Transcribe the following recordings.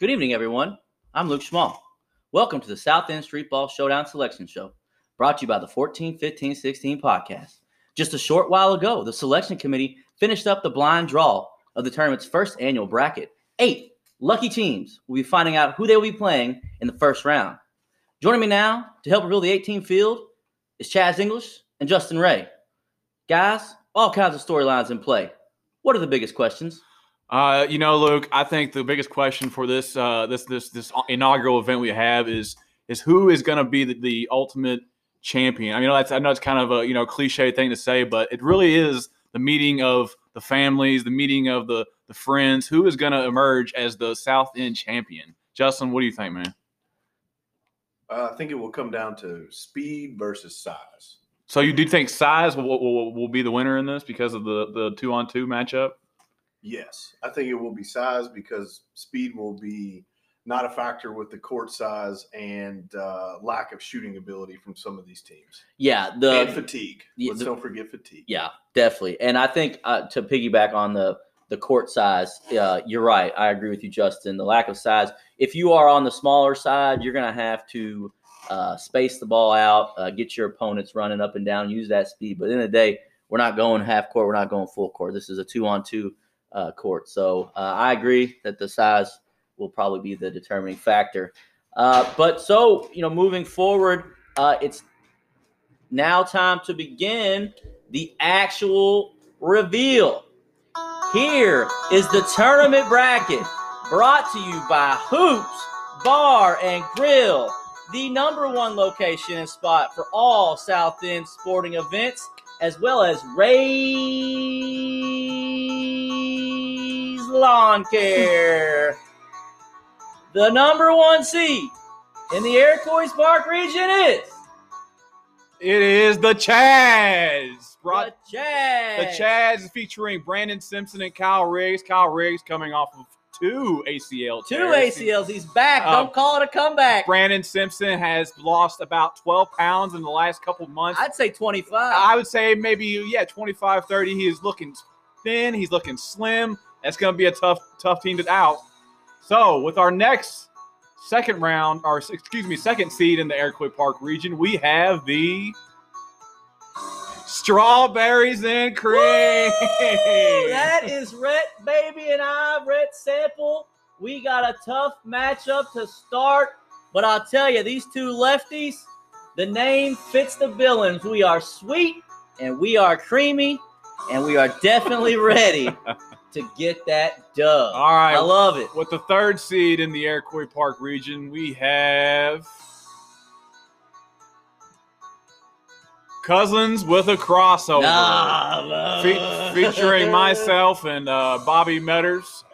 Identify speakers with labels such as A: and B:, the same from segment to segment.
A: Good evening, everyone. I'm Luke Schmal. Welcome to the South End Streetball Showdown Selection Show, brought to you by the 14, 15, 16 podcast. Just a short while ago, the selection committee finished up the blind draw of the tournament's first annual bracket. Eight lucky teams will be finding out who they will be playing in the first round. Joining me now to help reveal the 18 field is Chaz English and Justin Ray. Guys, all kinds of storylines in play. What are the biggest questions?
B: Uh, you know, Luke, I think the biggest question for this uh, this this this inaugural event we have is is who is going to be the, the, ultimate champion. I mean, that's I know it's kind of a you know cliche thing to say, but it really is the meeting of the families, the meeting of the the friends. Who is going to emerge as the South End champion? Justin, what do you think, man?
C: Uh, I think it will come down to speed versus size.
B: So you do think size will, will, will be the winner in this because of the the two on two matchup?
C: Yes, I think it will be size because speed will be not a factor with the court size and uh, lack of shooting ability from some of these teams.
A: Yeah, the
C: and fatigue. Yeah, Let's the, don't forget fatigue.
A: Yeah, definitely. And I think uh, to piggyback on the the court size, uh, you're right. I agree with you, Justin. The lack of size. If you are on the smaller side, you're going to have to uh, space the ball out, uh, get your opponents running up and down, use that speed. But in the, the day, we're not going half court. We're not going full court. This is a two on two. Uh, court. So uh, I agree that the size will probably be the determining factor. Uh, but so, you know, moving forward, uh, it's now time to begin the actual reveal. Here is the tournament bracket brought to you by Hoops Bar and Grill, the number one location and spot for all South End sporting events, as well as Ray lawn care. the number one seed in the Iroquois Park region is.
B: It is the Chaz.
A: Brought, the Chaz.
B: The Chaz featuring Brandon Simpson and Kyle Riggs. Kyle Riggs coming off of two ACL
A: Two tears. ACLs. He's back.
B: Oh.
A: Don't um, call it a comeback.
B: Brandon Simpson has lost about 12 pounds in the last couple months.
A: I'd say 25.
B: I would say maybe, yeah, 25, 30. He is looking thin. He's looking slim. That's going to be a tough, tough team to out. So with our next second round, or excuse me, second seed in the Iroquois Park region, we have the Strawberries and Cream. Woo!
A: That is Rhett, baby, and I, Rhett Sample. We got a tough matchup to start, but I'll tell you, these two lefties, the name fits the billings. We are sweet, and we are creamy, and we are definitely ready. to get that dub.
B: All right. I
A: love it.
B: With the third seed in the Iroquois Park region, we have Cousins with a crossover.
A: Nah,
B: Fe- featuring myself and uh, Bobby Metters.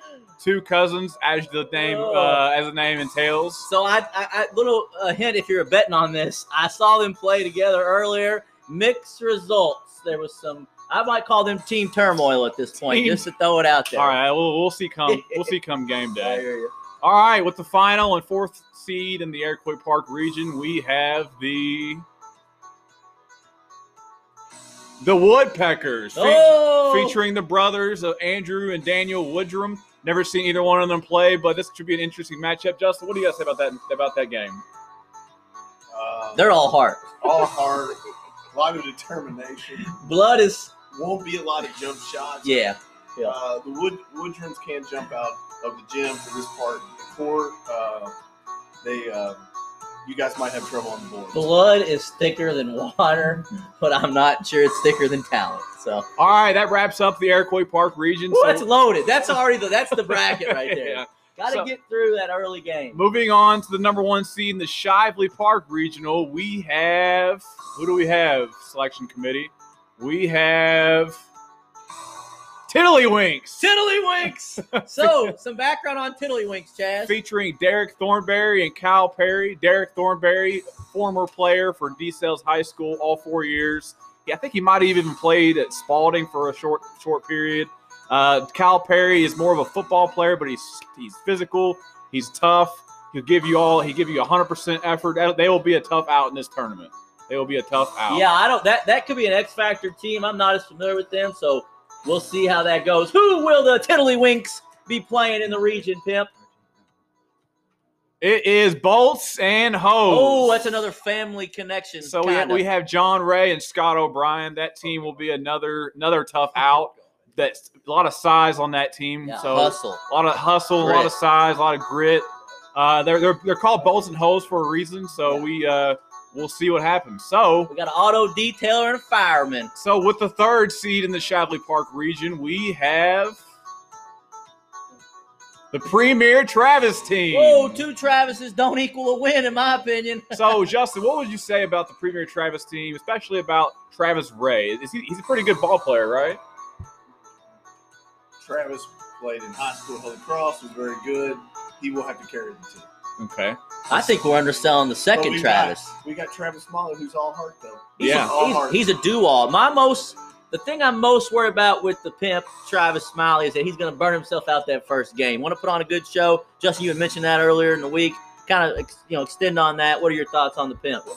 B: Two cousins, as the name uh, as the name entails.
A: So, I, I, I little uh, hint if you're betting on this. I saw them play together earlier. Mixed results. There was some I might call them team turmoil at this point, team. just to throw it out there.
B: All right, we'll, we'll see come we'll see come game day. All right, with the final and fourth seed in the Iroquois Park region, we have the the Woodpeckers, fe-
A: oh!
B: featuring the brothers of Andrew and Daniel Woodrum. Never seen either one of them play, but this should be an interesting matchup. Justin, what do you guys say about that about that game?
A: Uh, They're all heart,
C: Um, all heart, a lot of determination.
A: Blood is
C: won't be a lot of jump shots.
A: Yeah.
C: yeah. Uh, the wood woodrums can't jump out of the gym for this part. The core, uh, they, uh, you guys might have trouble on the board.
A: Blood is thicker than water, but I'm not sure it's thicker than talent. So.
B: All right, that wraps up the Iroquois Park region.
A: Ooh, so- that's loaded. That's already the that's the bracket right there. yeah. Got to so, get through that early game.
B: Moving on to the number one seed in the Shively Park Regional, we have who do we have? Selection committee. We have Tiddlywinks.
A: Tiddlywinks. so some background on Tiddlywinks, Chaz.
B: Featuring Derek Thornberry and Kyle Perry. Derek Thornberry, former player for D Sales High School, all four years. Yeah, I think he might have even played at Spalding for a short short period. Uh, Kyle Perry is more of a football player, but he's he's physical. He's tough. He'll give you all. He give you 100% effort. They will be a tough out in this tournament. They will be a tough out.
A: Yeah, I don't. That that could be an X factor team. I'm not as familiar with them, so We'll see how that goes. Who will the Tiddlywinks be playing in the region, Pimp?
B: It is bolts and hoes.
A: Oh, that's another family connection.
B: So we have,
A: kinda. Oh,
B: we have John Ray and Scott O'Brien. That team will be another another tough out. That's a lot of size on that team.
A: Yeah,
B: so
A: hustle.
B: a lot of hustle, a lot of
A: Grit.
B: size, a lot of grit. Uh, they're, they're they're called bolts and hoes for a reason. So we uh, we'll see what happens. So
A: We got an auto detailer and a fireman.
B: so with the third seed in the Shively Park region, we have the premier Travis team.
A: Whoa, two Travises don't equal a win, in my opinion.
B: So, Justin, what would you say about the Premier Travis team, especially about Travis Ray? Is he, he's a pretty good ball player, right?
C: Travis played in high school at Holy Cross, was very good. He will have to carry the team.
B: Okay.
A: I think we're underselling the
C: But
A: second
C: we got-
A: Travis.
C: we got Travis Smollett, who's all heart though.
A: He's,
B: Yeah.
A: a, he's, he's a do-all. My most, the thing I'm most worried about with the pimp Travis Smiley is that he's going to burn himself out that first game. Want to put on a good show? Justin, you had mentioned that earlier in the week. Kind of, you know, extend on that. What are your thoughts on the pimp?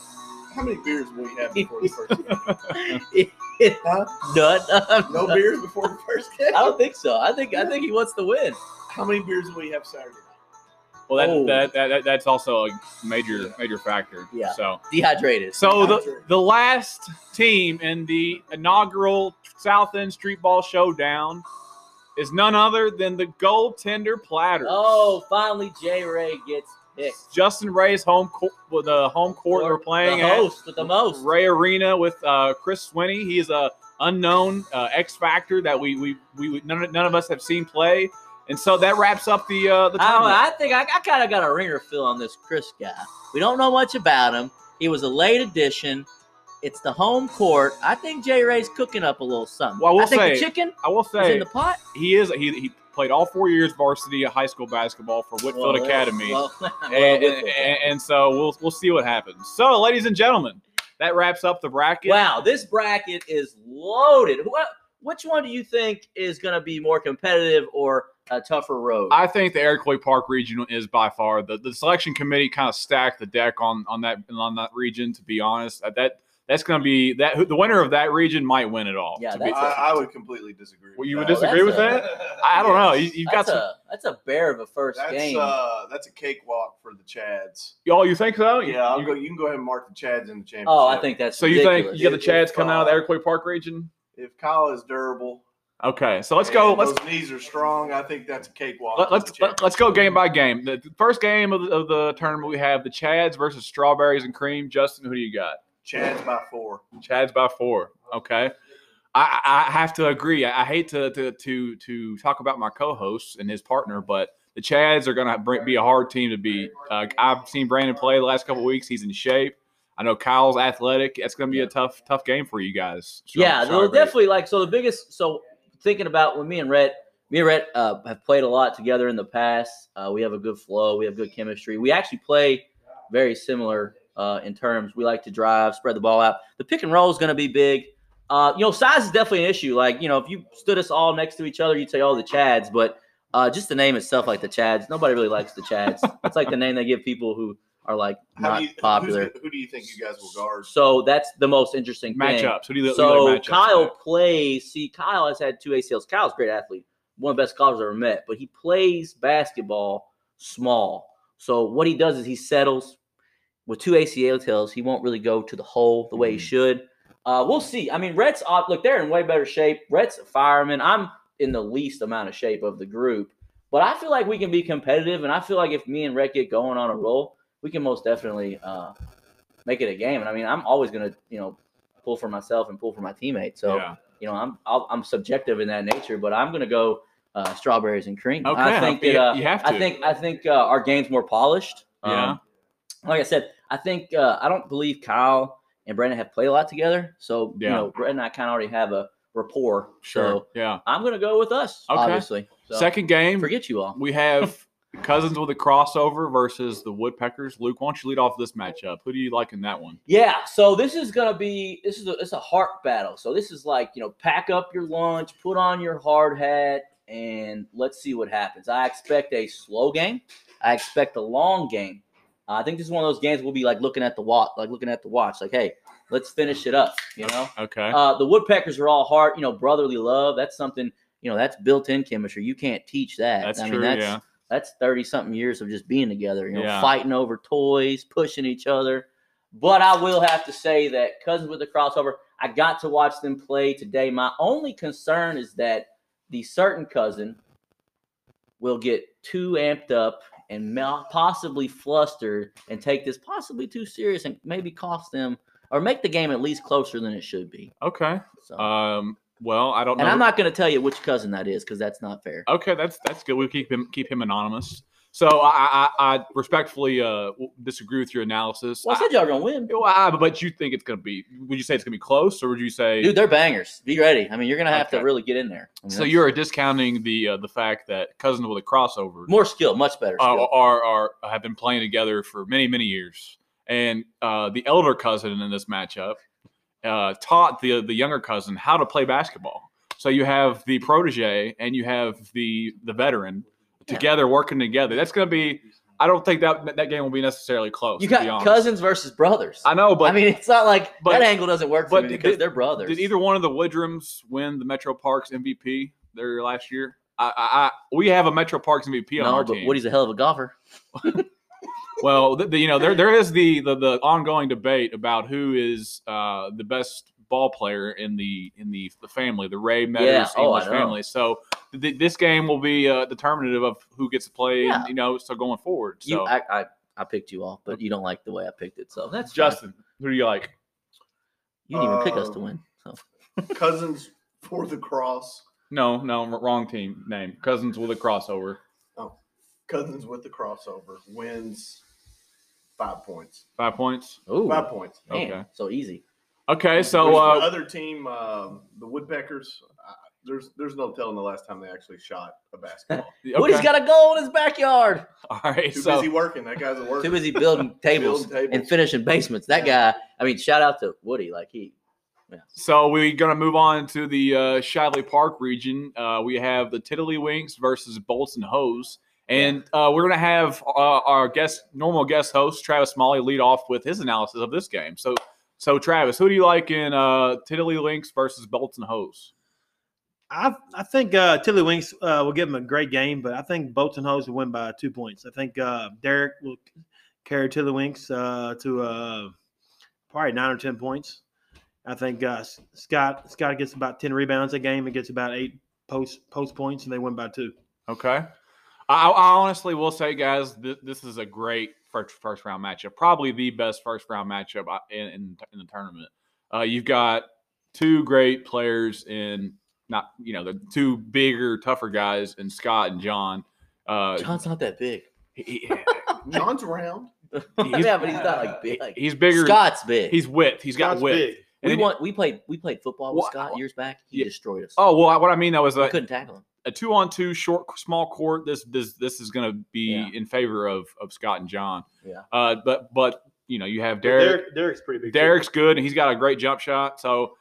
C: How many beers will you have before the first game? Huh?
A: None.
C: No beers before the first game?
A: I don't think so. I think I think he wants to win.
C: How many beers will you have Saturday night?
B: Well, that,
A: Oh.
B: that, that, that- that's also a major major factor.
A: Yeah.
B: So,
A: Dehydrated.
B: so Oh, the the last team in the inaugural South End Street Ball Showdown is none other than the goaltender Platters.
A: Oh, finally J Ray gets picked.
B: Justin Ray's home court, well, the home court we're playing
A: the
B: at.
A: host with the most.
B: Ray Arena with uh, Chris Swinney. He is a unknown uh, X Factor that we we, we we- none, of- none of us have seen play, and so that wraps up the uh, the
A: I, don't know,
B: tournament.
A: Oh, I think I, I kind of got a ringer feel on this Chris guy. We don't know much about him. He was a late addition. It's the home court. I think J Ray's cooking up a little something.
B: Well, I will
A: think
B: say-
A: the chicken
B: I will
A: is in
B: say
A: the pot.
B: he is he, he played all four years varsity high school basketball for Whitfield
A: Well,
B: Academy,
A: well, well,
B: and,
A: Whitfield.
B: and- and so we'll we'll see what happens. So, ladies and gentlemen, that wraps up the bracket.
A: wow, this bracket is loaded. What? Which one do you think is going to be more competitive or a tougher road?
B: I think the Iroquois Park region is by far the, the selection committee kind of stacked the deck on on that on that region. To be honest, Uh, that that's going to be that who- the winner of that region might win it all.
A: Yeah,
B: to be-
A: that's-
B: I,
C: I, I would completely disagree.
B: Well, you would
A: Oh, that's
B: disagree with
A: a-
B: that? I don't know. You, you've got
A: that's
B: some.
A: a that's a bear of a first
C: That's
A: game.
C: uh, that's a cakewalk for the Chads.
B: oh, you think so?
C: Yeah, I'll
B: You-
C: go. You can go ahead and mark the Chads in the championship.
A: oh, I think that's
B: so you think
A: ridiculous.
B: you got the Chads
C: It's
B: coming out of the
C: fine.
B: Iroquois Park region?
C: if Kyle is durable,
B: Okay, so let's go.
C: and
B: Let's
C: Those knees are strong. I think that's a cakewalk.
B: let,
C: for
B: let's
C: the
B: let,
C: Chads.
B: let's go game by game. The the first game of the, of the tournament we have the Chads versus Strawberries and Cream. Justin, who do you got?
C: Chads by four.
B: Chad's by four. Okay. I, I I have to agree. I, I hate to, to to to talk about my co-host and his partner, but the Chads are going to be a hard team to beat. Uh, I've seen Brandon play the last couple weeks. He's in shape. I know Kyle's athletic. It's going to be a tough tough game for you guys. Sorry-
A: yeah,
B: sorry,
A: they'll
B: Brady.
A: definitely like so the biggest so thinking about when me and Rhett, me and Rhett uh, have played a lot together in the past. Uh, we have a good flow, we have good chemistry. We actually play very similar uh, in terms. We like to drive, spread the ball out. The pick and roll is going to be big. Uh, you know, size is definitely an issue. Like you know, if you stood us all next to each other, you'd say all the Chads, but uh, just the name itself, like the Chads, nobody really likes the Chads. it's like the name they give people who are like
C: How
A: not
C: do you,
A: popular.
C: who's- Who do you think you guys will guard?
A: So that's the most interesting thing.
B: matchups. Who do you, who do you
A: So
B: like matchups
A: Kyle
B: with?
A: plays. See, Kyle has had two ACLs. Kyle's a great athlete, one of the best scholars I've ever met, but he plays basketball small. So what he does is he settles with two ACLs. He won't really go to the hole the way he
B: Mhm.
A: should. Uh, we'll see. I mean, Rhett's uh, look. They're in way better shape. Rhett's a fireman. I'm in the least amount of shape of the group, but I feel like we can be competitive, and I feel like if me and Rhett get going on a roll, we can most definitely uh, make it a game. And I mean, I'm always gonna you know pull for myself and pull for my teammates. So
B: Yeah.
A: you know, I'm I'll, I'm subjective in that nature, but I'm gonna go uh, strawberries and cream.
B: Okay,
A: I think
B: you,
A: that uh,
B: you have to.
A: I think I think uh, our game's more polished. Um,
B: Yeah.
A: Like I said, I think uh, I don't believe Kyle and Brandon have played a lot together, so
B: Yeah.
A: you know, Brandon and I kind of already have a rapport.
B: sure.
A: So
B: yeah.
A: I'm gonna go with us.
B: Okay.
A: Obviously. So,
B: Second game,
A: forget you all.
B: we have Cousins with a crossover versus the Woodpeckers. Luke, why don't you lead off this matchup? Who do you like in that one?
A: Yeah, so this is gonna be this is a it's a heart battle. So this is like you know, pack up your lunch, put on your hard hat, and let's see what happens. I expect a slow game. I expect a long game. I think this is one of those games we'll be like looking at the watch, like looking at the watch, like hey, let's finish it up. You know,
B: Okay.
A: uh, the woodpeckers are all heart. You know, brotherly love. That's something. You know, that's built-in chemistry. You can't teach that.
B: That's
A: I mean,
B: true.
A: that's
B: yeah.
A: that's 30 something years of just being together, you know,
B: Yeah.
A: fighting over toys, pushing each other. But I will have to say that Cousins with the crossover, I got to watch them play today. My only concern is that the certain cousin will get too amped up and mal- possibly flustered and take this possibly too serious and maybe cost them or make the game at least closer than it should be.
B: Okay.
A: So,
B: Um. Well, I don't know.
A: and I'm not going to tell you which cousin that is because that's not fair.
B: Okay, that's that's good. We keep him keep him anonymous. So I I, I respectfully uh, w- disagree with your analysis.
A: Well, I
B: I-
A: said y'all going to win.
B: Well, I- but you think it's gonna be? Would you say it's gonna be close, or would you say?
A: Dude, they're bangers. Be ready. I mean, you're gonna have
B: Okay.
A: to really get in there. I mean,
B: so
A: that's-
B: you are discounting the uh, the fact that cousins with a crossover
A: more skill, much better.
B: uh,
A: skill.
B: are, are have been playing together for many many years, and uh, the elder cousin in this matchup uh, taught the the younger cousin how to play basketball. So you have the protege and you have the the veteran
A: Yeah.
B: together working together. That's going to be. I don't think that that game will be necessarily close.
A: you
B: oh, to be
A: got
B: honest.
A: cousins versus brothers. I,
B: I know, but
A: mean, it's not like
B: but-
A: that angle doesn't work for
B: but
A: me
B: did-
A: because they're brothers.
B: did either one of the Woodrums win the Metro Parks MVP there last year? I, I, I we have a Metro Parks MVP on
A: no,
B: our
A: but
B: team.
A: Woody's a hell of a golfer.
B: Well, th the, you know, there there is the, the the ongoing debate about who is uh, the best ball player in the in the, the family, the Ray Meadows
A: oh,
B: English
A: I know.
B: family. So th- this game will be uh, determinative of who gets to play.
A: Yeah.
B: You know, so going forward. So
A: You, I, I, I picked you all, but you don't like the way I picked it, so that's fine.
B: Justin, who do you like?
A: You didn't even pick us to
C: Um,
A: win. So
C: Cousins for the cross.
B: No, no, r- wrong team name. Cousins with a crossover,
C: Cousins with the crossover wins five points.
B: five points.
A: ooh,
C: Five points.
A: man,
B: okay.
A: so easy.
B: Okay, so
C: There's the
B: uh,
C: other team, um, the Woodpeckers. Uh, there's there's no telling the last time they actually shot a basketball.
A: Woody's
B: okay.
A: got a goal in his backyard.
B: all right.
C: Too
B: So
C: busy working. That guy's at work.
A: Too busy building tables,
C: Building tables.
A: and finishing basements. That guy. I mean, shout out to Woody. Like he.
B: So we're going to move on to the uh, Shadley Park region. Uh, we have the Tiddlywinks versus Bolts and Hose. And uh, we're going to have uh, our guest, normal guest host, Travis Smalley, lead off with his analysis of this game. So, so Travis, who do you like in uh, Tiddlywinks versus Bolts and Hose?
D: I I think uh, Tiddlywinks uh, will give them a great game, but I think Bolton Hose will win by two points. I think uh, Derek will carry Tiddlywinks uh, to uh, probably nine or ten points. I think uh, S- Scott Scott gets about ten rebounds a game and gets about eight post post points, and they win by two.
B: Okay. I, I honestly will say, guys, th- this is a great first first round matchup. Probably the best first round matchup I- in in, in the tournament. Uh, you've got two great players in not you know the two bigger, tougher guys in Scott and John. Uh,
A: John's not that big.
B: he-
C: John's round.
B: He's-
A: yeah, but he's not like big.
B: he- he's bigger.
A: Scott's big.
B: He's width. He's got
D: Scott's
B: width.
D: big.
B: And
A: we
B: then-
A: won. We played. We played football with
B: Wha-
A: Scott years back. He
B: Yeah.
A: destroyed us.
B: Oh well, what I mean though is
A: we
B: that
A: couldn't tackle him.
B: a two on two short small court this this this is going to be
A: Yeah.
B: in favor of of Scott and John.
A: Yeah.
B: Uh, but but you know you have
D: But
B: Derek.
D: Derek's pretty big. too.
B: Derek's good and he's got a great jump shot. So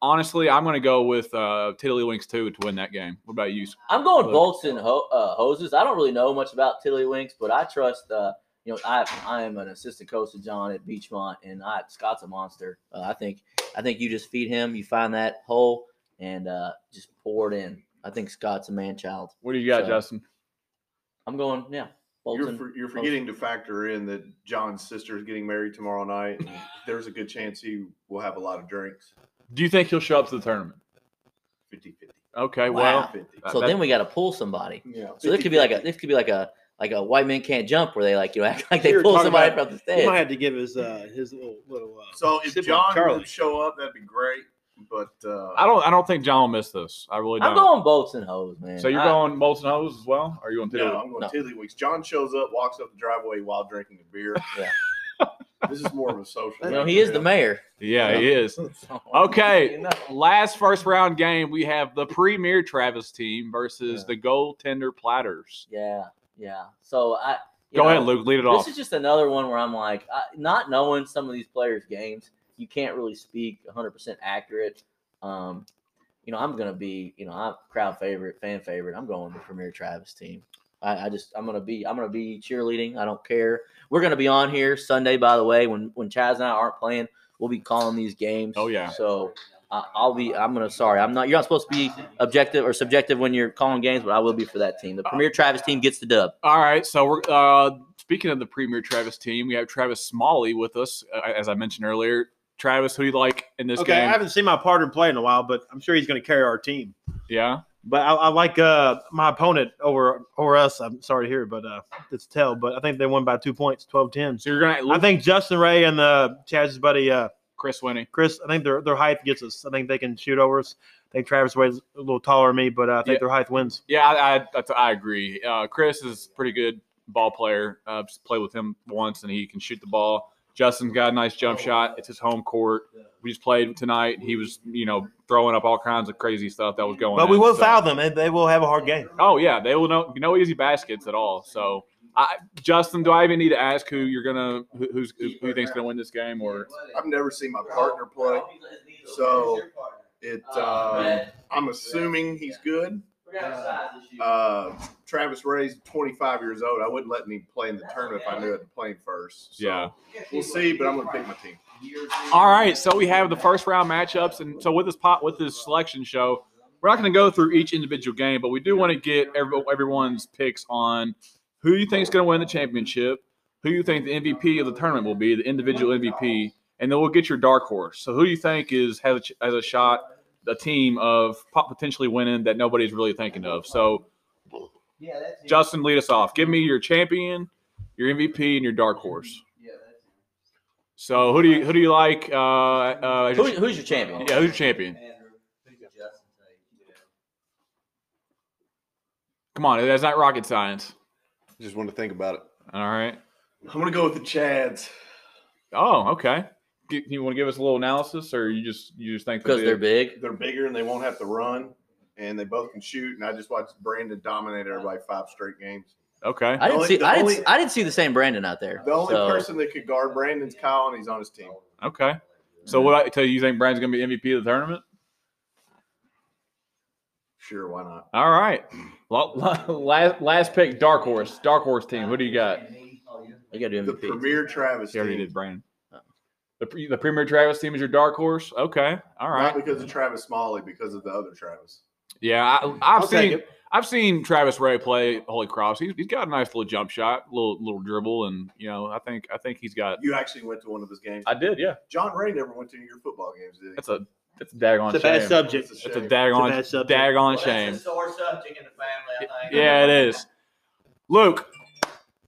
B: honestly, I'm going to go with uh, Tiddlywinks too to win that game. What about you?
A: I'm going
B: Look.
A: bolts and ho- uh, hoses. I don't really know much about Tiddlywinks, but I trust. Uh, you know, I I am an assistant coach to John at Beachmont, and I Scott's a monster. Uh, I think I think you just feed him. You find that hole and uh, just pour it in. I think Scott's a man child.
B: What do you got,
A: So-
B: Justin?
A: I'm going. Yeah, bolts
C: You're,
A: and-
C: for, you're forgetting to factor in that John's sister is getting married tomorrow night. And there's a good chance he will have a lot of drinks.
B: Do you think he'll show up to the tournament?
C: 50 50.
B: Okay,
A: Wow.
B: well,
C: 50.
A: So then we got to pull somebody.
C: Yeah.
A: So this could be like a. This could be like a. Like a white man can't jump, where they like you know act like they
D: You were
A: pull
D: talking
A: somebody
D: about-
A: from the
D: He
A: stage.
D: might have to give his uh, his little little. Uh,
C: So if
D: sibling,
C: John
D: Charlie.
C: would show up, that'd be great. But uh,
B: I don't I don't think John will miss this. I really
A: I'm
B: don't.
A: going bolts and hose, man.
B: So you're
A: I-
B: going Molson Hose as well? Or are you going
C: No,
B: Tiddlywinks?
C: I'm going
A: No.
C: Tiddlywinks. John shows up, walks up the driveway while drinking a beer.
A: Yeah.
C: this is more of a social.
A: You
C: thing
A: know, he
C: for
A: is the
C: him.
A: mayor.
B: Yeah, he is.
A: So-
B: Okay.
A: You know.
B: Last first round game, we have the premier Travis team versus the goaltender Platters.
A: Yeah, yeah. So I you
B: Go
A: know,
B: ahead, Luke. Lead it off.
A: This is just another one where I'm like, I, not knowing some of these players' games, you can't really speak 100 percent accurate. Um, you know, I'm gonna be, you know, I'm crowd favorite, fan favorite. I'm going the Premier Travis team. I, I just, I'm gonna be, I'm gonna be cheerleading. I don't care. We're gonna be on here Sunday, by the way. When when Chaz and I aren't playing, We'll be calling these games.
B: Oh, yeah.
A: So I I'll be. I'm gonna. Sorry, I'm not. You're not supposed to be objective or subjective when you're calling games, but I will be for that team. The
B: Uh,
A: Premier Travis team gets the dub.
B: All right. So we're uh, speaking of the Premier Travis team. We have Travis Smalley with us, uh, as I mentioned earlier. Travis, who do you like in this
D: okay, I
B: game?
D: haven't seen my partner play in a while, but I'm sure he's going to carry our team.
B: yeah.
D: But I, I like uh, my opponent over over us. I'm sorry to hear, but uh, it's tell. But I think they won by two points, 12-10.
B: So you're gonna
D: I
B: look
D: think Justin Ray and uh, Chad's buddy uh,
B: Chris Winnie.
D: Chris. I think their their height gets us. I think they can shoot over us. I think Travis Way's a little taller than me, but uh, I think
B: Yeah.
D: their height wins.
B: Yeah, I I, that's, I agree. Uh, Chris is a pretty good ball player. Uh, just played with him once, and he can shoot the ball. Justin's got a nice jump shot. It's his home court. We just played tonight. He was, you know, throwing up all kinds of crazy stuff that was going.
D: But we
B: in,
D: will
B: so-
D: foul them, and they will have a hard game.
B: Oh yeah, they will know no easy baskets at all. So, I, Justin, do I even need to ask who you're gonna who, who's who, who you think's gonna win this game or?
C: I've never seen my partner play. So it.
A: Oh,
C: Uh, I'm assuming he's good. Uh, Travis Ray's 25 years old. I wouldn't let him play in the tournament if I knew I had to play him first. So
B: Yeah.
C: we'll see. But I'm gonna pick my team.
B: All right, so we have the first round matchups, and so with this pot with this selection show, we're not going to go through each individual game, but we do want to get every, everyone's picks on who you think is going to win the championship, who you think the MVP of the tournament will be, the individual MVP, and then we'll get your dark horse. So who you think is has a, ch- has a shot, a team of pot- potentially winning that nobody's really thinking of. So Justin, lead us off. Give me your champion, your MVP, and your dark horse. So who do you who do you like? Uh, uh, as
A: Who,
B: your-
A: who's your champion?
B: yeah, who's your champion? Come on, that's not rocket science.
C: Just want to think about it.
B: All right.
C: I'm gonna go with the Chads.
B: Oh, okay. G- You want to give us a little analysis, or you just you just think
A: Because they're big.
C: They're bigger and they won't have to run, and they both can shoot. And I just watched Brandon dominate everybody five straight games.
B: Okay.
A: I didn't
C: only-
A: see.
C: the
A: I didn't.
C: only-
A: see- I didn't see the same Brandon out there.
C: The only
A: So,
C: person that could guard Brandon's Kyle, and he's on his team.
B: Okay. So what I tell you, you think Brian's going to be MVP of the tournament?
C: Sure, why not?
B: All right. La- la- Last last pick, dark horse, dark horse team. Who do you got?
A: I got to
C: The
A: do MVP.
C: premier Travis
B: He already
C: team.
B: did, Brian. The, pre- the Premier Travis team is your dark horse. Okay. All
C: Not
B: right.
C: because of Travis Smalley, because of the other Travis.
B: Yeah, I, I've
D: I'll take
B: seen I've seen Travis Ray play Holy Cross. He's, he's got a nice little jump shot, little little dribble, and you know I think I think he's got.
C: You actually went to one of his games.
B: I did, yeah.
C: John Ray never went to your football games, did he?
B: That's a that's a daggone
D: It's a
B: shame.
D: bad subject.
C: That's
B: It's a
C: shame.
B: daggone,
D: It's a bad subject.
B: daggone shame.
E: sore subject in the family, I think.
B: Yeah, it is. Luke,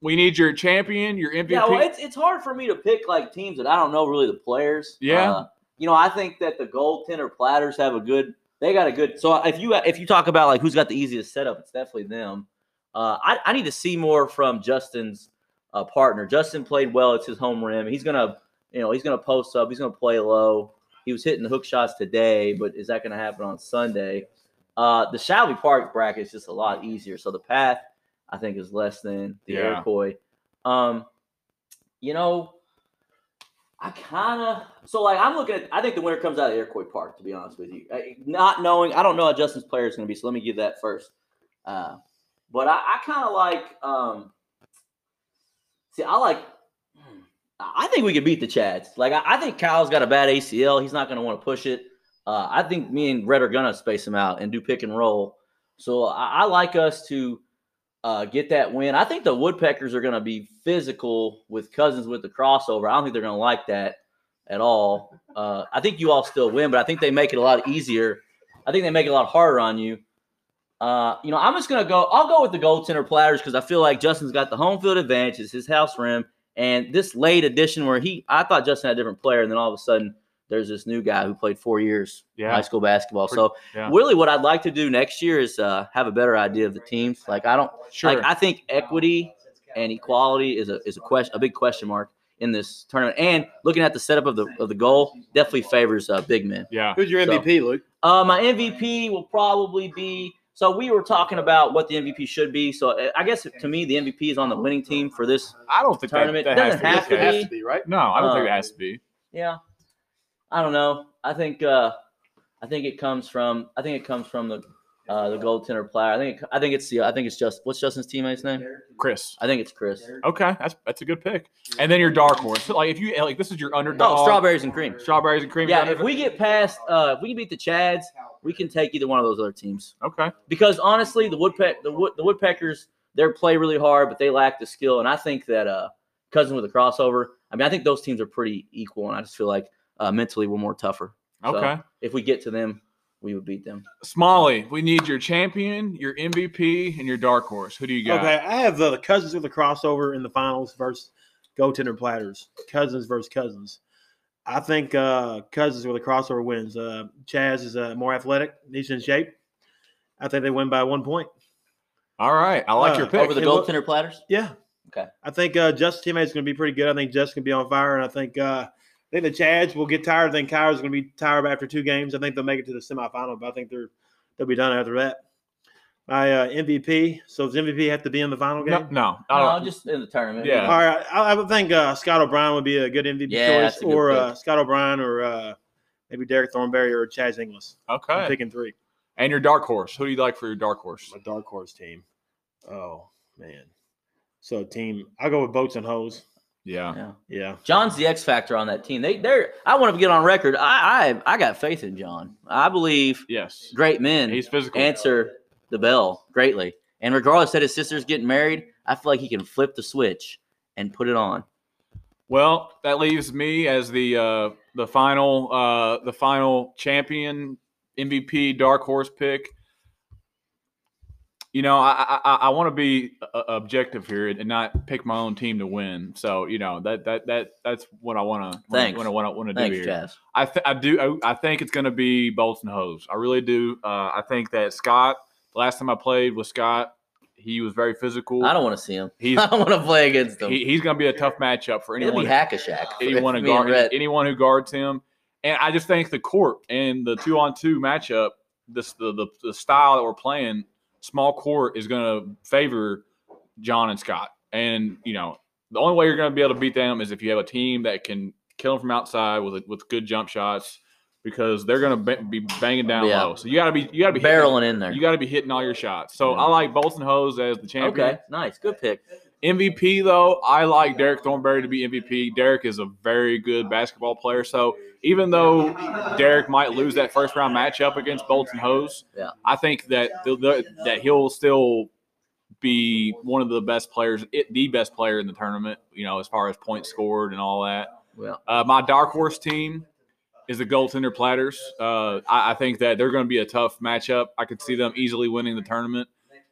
B: we need your champion, your MVP.
A: Yeah, well, it's it's hard for me to pick like teams that I don't know really the players.
B: Yeah.
A: Uh, you know, I think that the goaltender platters have a good. They got a good. So if you if you talk about like who's got the easiest setup, it's definitely them. Uh, I I need to see more from Justin's uh, partner. Justin played well. It's his home rim. He's gonna you know he's gonna post up. He's gonna play low. He was hitting the hook shots today, but is that gonna happen on Sunday? Uh, the Shelby Park bracket is just a lot easier. So the path I think is less than the
B: Yeah.
A: Iroquois. Um, you know, I kind of so like I'm looking at. I think the winner comes out of Iroquois Park. To be honest with you, I- not knowing, I don't know how Justin's player is going to be. So let me give that first. Uh, but I, I kind of like. Um, see, I like. hmm, I think we could beat the Chads. Like I, I think Kyle's got a bad ACL. He's not going to want to push it. Uh, I think me and Red are going to space him out and do pick and roll. So I, I like us to uh, get that win. I think the Woodpeckers are going to be physical with Cousins with the crossover. I don't think they're going to like that at all. Uh, I think you all still win, but I think they make it a lot easier. I think they make it a lot harder on you. Uh, you know, I'm just going to go. I'll go with the goaltender platters because I feel like Justin's got the home field advantage. It's his house rim. And this late addition where he, I thought Justin had a different player, and then all of a sudden there's this new guy who played four years
B: Yeah.
A: high school basketball.
B: Pretty-
A: so
B: Yeah.
A: really what I'd like to do next year is uh, have a better idea of the teams. Like I don't
B: sure.
A: like I think equity and equality is a is a question a big question mark in this tournament. And looking at the setup of the of the goal definitely favors uh, big men.
B: yeah.
D: Who's your
A: So-
D: MVP, Luke?
A: Uh, my MVP will probably be. So we were talking about what the MVP should be. So uh, I guess to me the MVP is on the winning team for this.
B: I don't think that,
A: Tournament
B: that
A: doesn't
B: has
A: have
B: to
A: to
B: be. the case.
A: be.
D: right?
B: No, I don't think
A: Uh,
B: it has to be.
A: Yeah, I don't know. I think uh, I think it comes from I think it comes from the uh, the goaltender player. I think I think it's the I think it's just what's Justin's teammate's name?
B: Chris.
A: I think it's Chris.
B: Okay, that's that's a good pick. Oh, And then your dark horse. So, like if you like, this is your underdog.
A: Oh, strawberries and cream.
B: Strawberries and cream.
A: Yeah, if we get past, uh, if we can beat the Chads, we can take either one of those other teams.
B: okay,
A: Because honestly, the woodpeck, the wood, the woodpeckers, they play really hard, but they lack the skill. And I think that uh, cousin with a crossover. I mean, I think those teams are pretty equal, and I just feel like uh, mentally we're more tougher. So-
B: okay.
A: If we get to them, we would beat them.
B: Smalley, we need your champion, your MVP, and your dark horse. Who do you got?
D: Okay, I have the Cousins with a crossover in the finals versus goaltender platters. Cousins versus Cousins. I think uh, Cousins with a crossover wins. Uh, Chaz is uh, more athletic. He's in shape. I think they win by one point.
B: All right, I like your
D: Uh,
B: pick.
A: Over the
D: it look-
A: goaltender platters.
D: Yeah.
A: Okay.
D: I think uh, Justin's teammate's going to be pretty good. I think Justin can be on fire, and I think uh, I think the Chads will get tired. I think Kyra's going to be tired after two games. I think they'll make it to the semifinal, but I think they're they'll be done after that. My uh, MVP. So does MVP have to be in the final game?
B: No, no, Oh, I don't-
A: No, just in the tournament.
B: Yeah.
D: All right, I, I would think uh, Scott O'Brien would be a good MVP
A: Yeah,
D: choice,
A: that's a good
D: or
A: pick.
D: uh, Scott O'Brien, or uh, maybe Derek Thornberry or Chaz Inglis. I'm
B: okay.
D: picking three.
B: And your dark horse. Who do you like for your dark horse?
D: My dark horse team. Oh man, so team. I'll go with boats and hose.
B: Yeah,
D: Yeah,
A: John's the X factor on that team. They, they're. I want to get on record. I, I, I got faith in John. I believe
B: yes,
A: great men
B: he's physical.
A: answer the bell greatly. And regardless that his sister's getting married, I feel like he can flip the switch and put it on.
B: Well, that leaves me as the uh, the final uh, the final champion MVP dark horse pick. You know, I I, I want to be uh, objective here and not pick my own team to win. So you know that that that that's what I want to
A: Thanks.
B: want to want to do
A: Thanks,
B: here.
A: Jazz.
B: I, th- I do. I, I think it's going to be bolts and hose. I really do. Uh, I think that Scott. The last time I played with Scott, he was very physical.
A: I don't want to see him.
B: He's
A: I don't want to play against him.
B: he, he's going to be a tough matchup for
A: It'll
B: anyone.
A: be hack a shack.
B: anyone who guard, anyone who guards him, and I just think the court and the two on two matchup, this the, the the style that we're playing, small court is going to favor John and Scott. And you know, the only way you're going to be able to beat them is if you have a team that can kill them from outside with with good jump shots because they're going to be banging down
A: Yeah.
B: low. So you got to be you got to be hitting-
A: barreling in there.
B: You got to be hitting all your shots. So
A: Yeah.
B: I like Bolton Hose as the champion.
A: okay, nice, good pick.
B: MVP though, I like Derek Thornberry to be MVP. Derek is a very good basketball player. So even though Derek might lose that first round matchup against Bolton Hose,
A: Yeah.
B: I think that the, the, that he'll still be one of the best players, it, the best player in the tournament. You know, as far as points scored and all that.
A: Yeah.
B: Uh, my dark horse team is the goaltender Platters. Uh, I, I think that they're going to be a tough matchup. I could see them easily winning the tournament.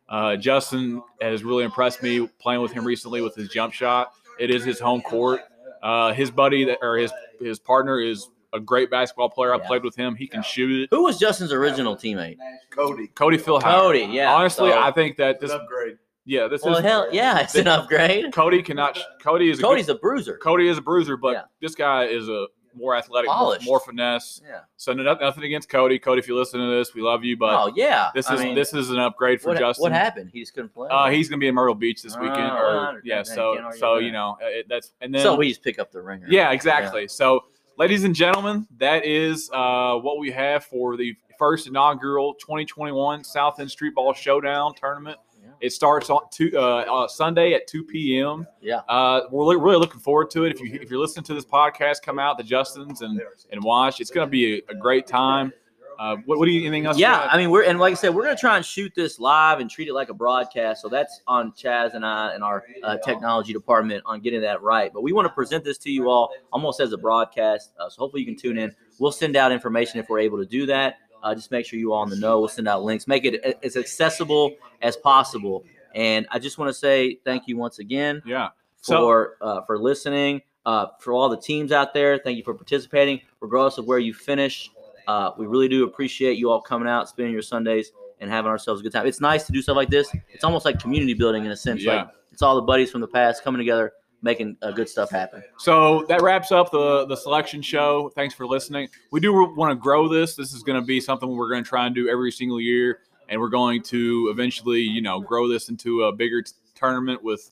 B: Uh, Justin has really impressed me playing with him recently with his jump shot. It is his home court. Uh, his buddy that, or his his partner is a great basketball player. I
A: Yeah.
B: played with him. He can shoot it.
A: Who was Justin's original teammate?
C: Cody,
B: Cody Philhauer.
A: Cody. Yeah.
B: Honestly,
A: so-
B: I think that
C: this
B: this.
C: upgrade.
B: Yeah, this
A: well,
B: is
A: hell yeah, it's an upgrade.
B: Cody cannot. Cody is a
A: Cody's
B: good,
A: a bruiser.
B: Cody is a bruiser, but
A: Yeah.
B: this guy is a more athletic, more,
A: Polished.
B: more finesse.
A: Yeah.
B: So no, nothing against Cody. Cody, if you listen to this, we love you, but
A: oh yeah.
B: this
A: I
B: is
A: mean,
B: this is an upgrade for
A: what,
B: Justin.
A: What happened? He just couldn't play.
B: Uh, he's gonna be in Myrtle Beach this weekend,
A: Oh,
B: or
A: well, I
B: yeah.
A: understand. Can't
B: So
A: argue
B: so
A: with
B: you
A: that.
B: know uh, it, that's and then
A: so we just pick up the ringer.
B: yeah exactly. So ladies and gentlemen, that is uh, what we have for the first inaugural 2021 South End Streetball Showdown tournament.
A: Yeah.
B: It starts on two, uh, uh, Sunday at 2 p.m.
A: Yeah.
B: Uh, we're li- really looking forward to it. If you if you're listening to this podcast, come out to Justin's and and watch. It's gonna be a, a great time. Uh, what, what do you anything else? you
A: yeah,
B: got?
A: I mean, we're and like I said, we're gonna try and shoot this live and treat it like a broadcast. So that's on Chaz and I and our uh, technology department on getting that right. But we want to present this to you all almost as a broadcast. Uh, so hopefully you can tune in. We'll send out information if we're able to do that. Uh, just make sure you all in the know. We'll send out links, make it a- as accessible as possible. And I just want to say thank you once again
B: yeah. So
A: for uh, for listening. Uh, for all the teams out there, thank you for participating. Regardless of where you finish, uh, we really do appreciate you all coming out, spending your Sundays, and having ourselves a good time. It's nice to do stuff like this. It's almost like community building in a sense. Like
B: Yeah.
A: it's all the buddies from the past coming together, making uh, good stuff happen.
B: So that wraps up the the selection show. Thanks for listening. We do want to grow this. This is going to be something we're going to try and do every single year, and we're going to eventually, you know, grow this into a bigger t- tournament with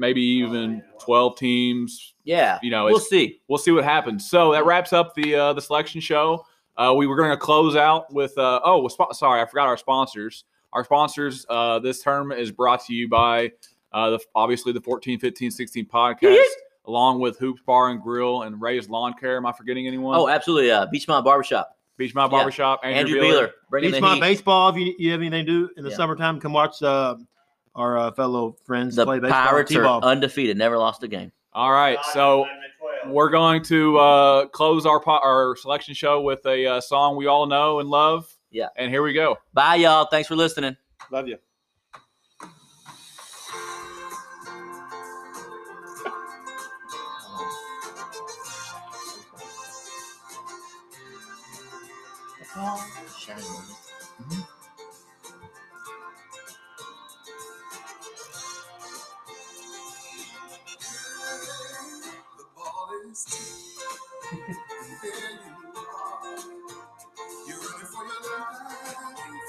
B: maybe even 12 teams.
A: Yeah,
B: You know,
A: we'll
B: it's,
A: see.
B: we'll see what happens. So that wraps up the uh, the selection show. Uh, we were going to close out with uh, oh, sp- sorry, I forgot our sponsors. Our sponsors uh, this term is brought to you by uh, the, obviously the 14, 15, 16 podcast, along with Hoops Bar and Grill and Ray's Lawn Care. Am I forgetting anyone?
A: Oh, absolutely. Uh, Beachmont Barbershop.
B: Beachmont Barbershop,
A: Andrew, Beeler. Bringing the
D: Beachmont
A: heat.
D: baseball. If you, you have anything to do in the
A: Yeah.
D: summertime, come watch uh, our uh, fellow friends
A: The
D: play baseball.
A: Pirates are
D: T-ball.
A: undefeated, never lost a game.
B: All right, so we're going to uh, close our po- our selection show with a uh, song we all know and love.
A: Yeah.
B: and here we go.
A: Bye, y'all. Thanks for listening.
D: Love you.
F: The ball is deep. and there you are. You're running for your life.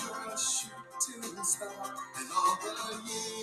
F: You're a shooting star. And all the years.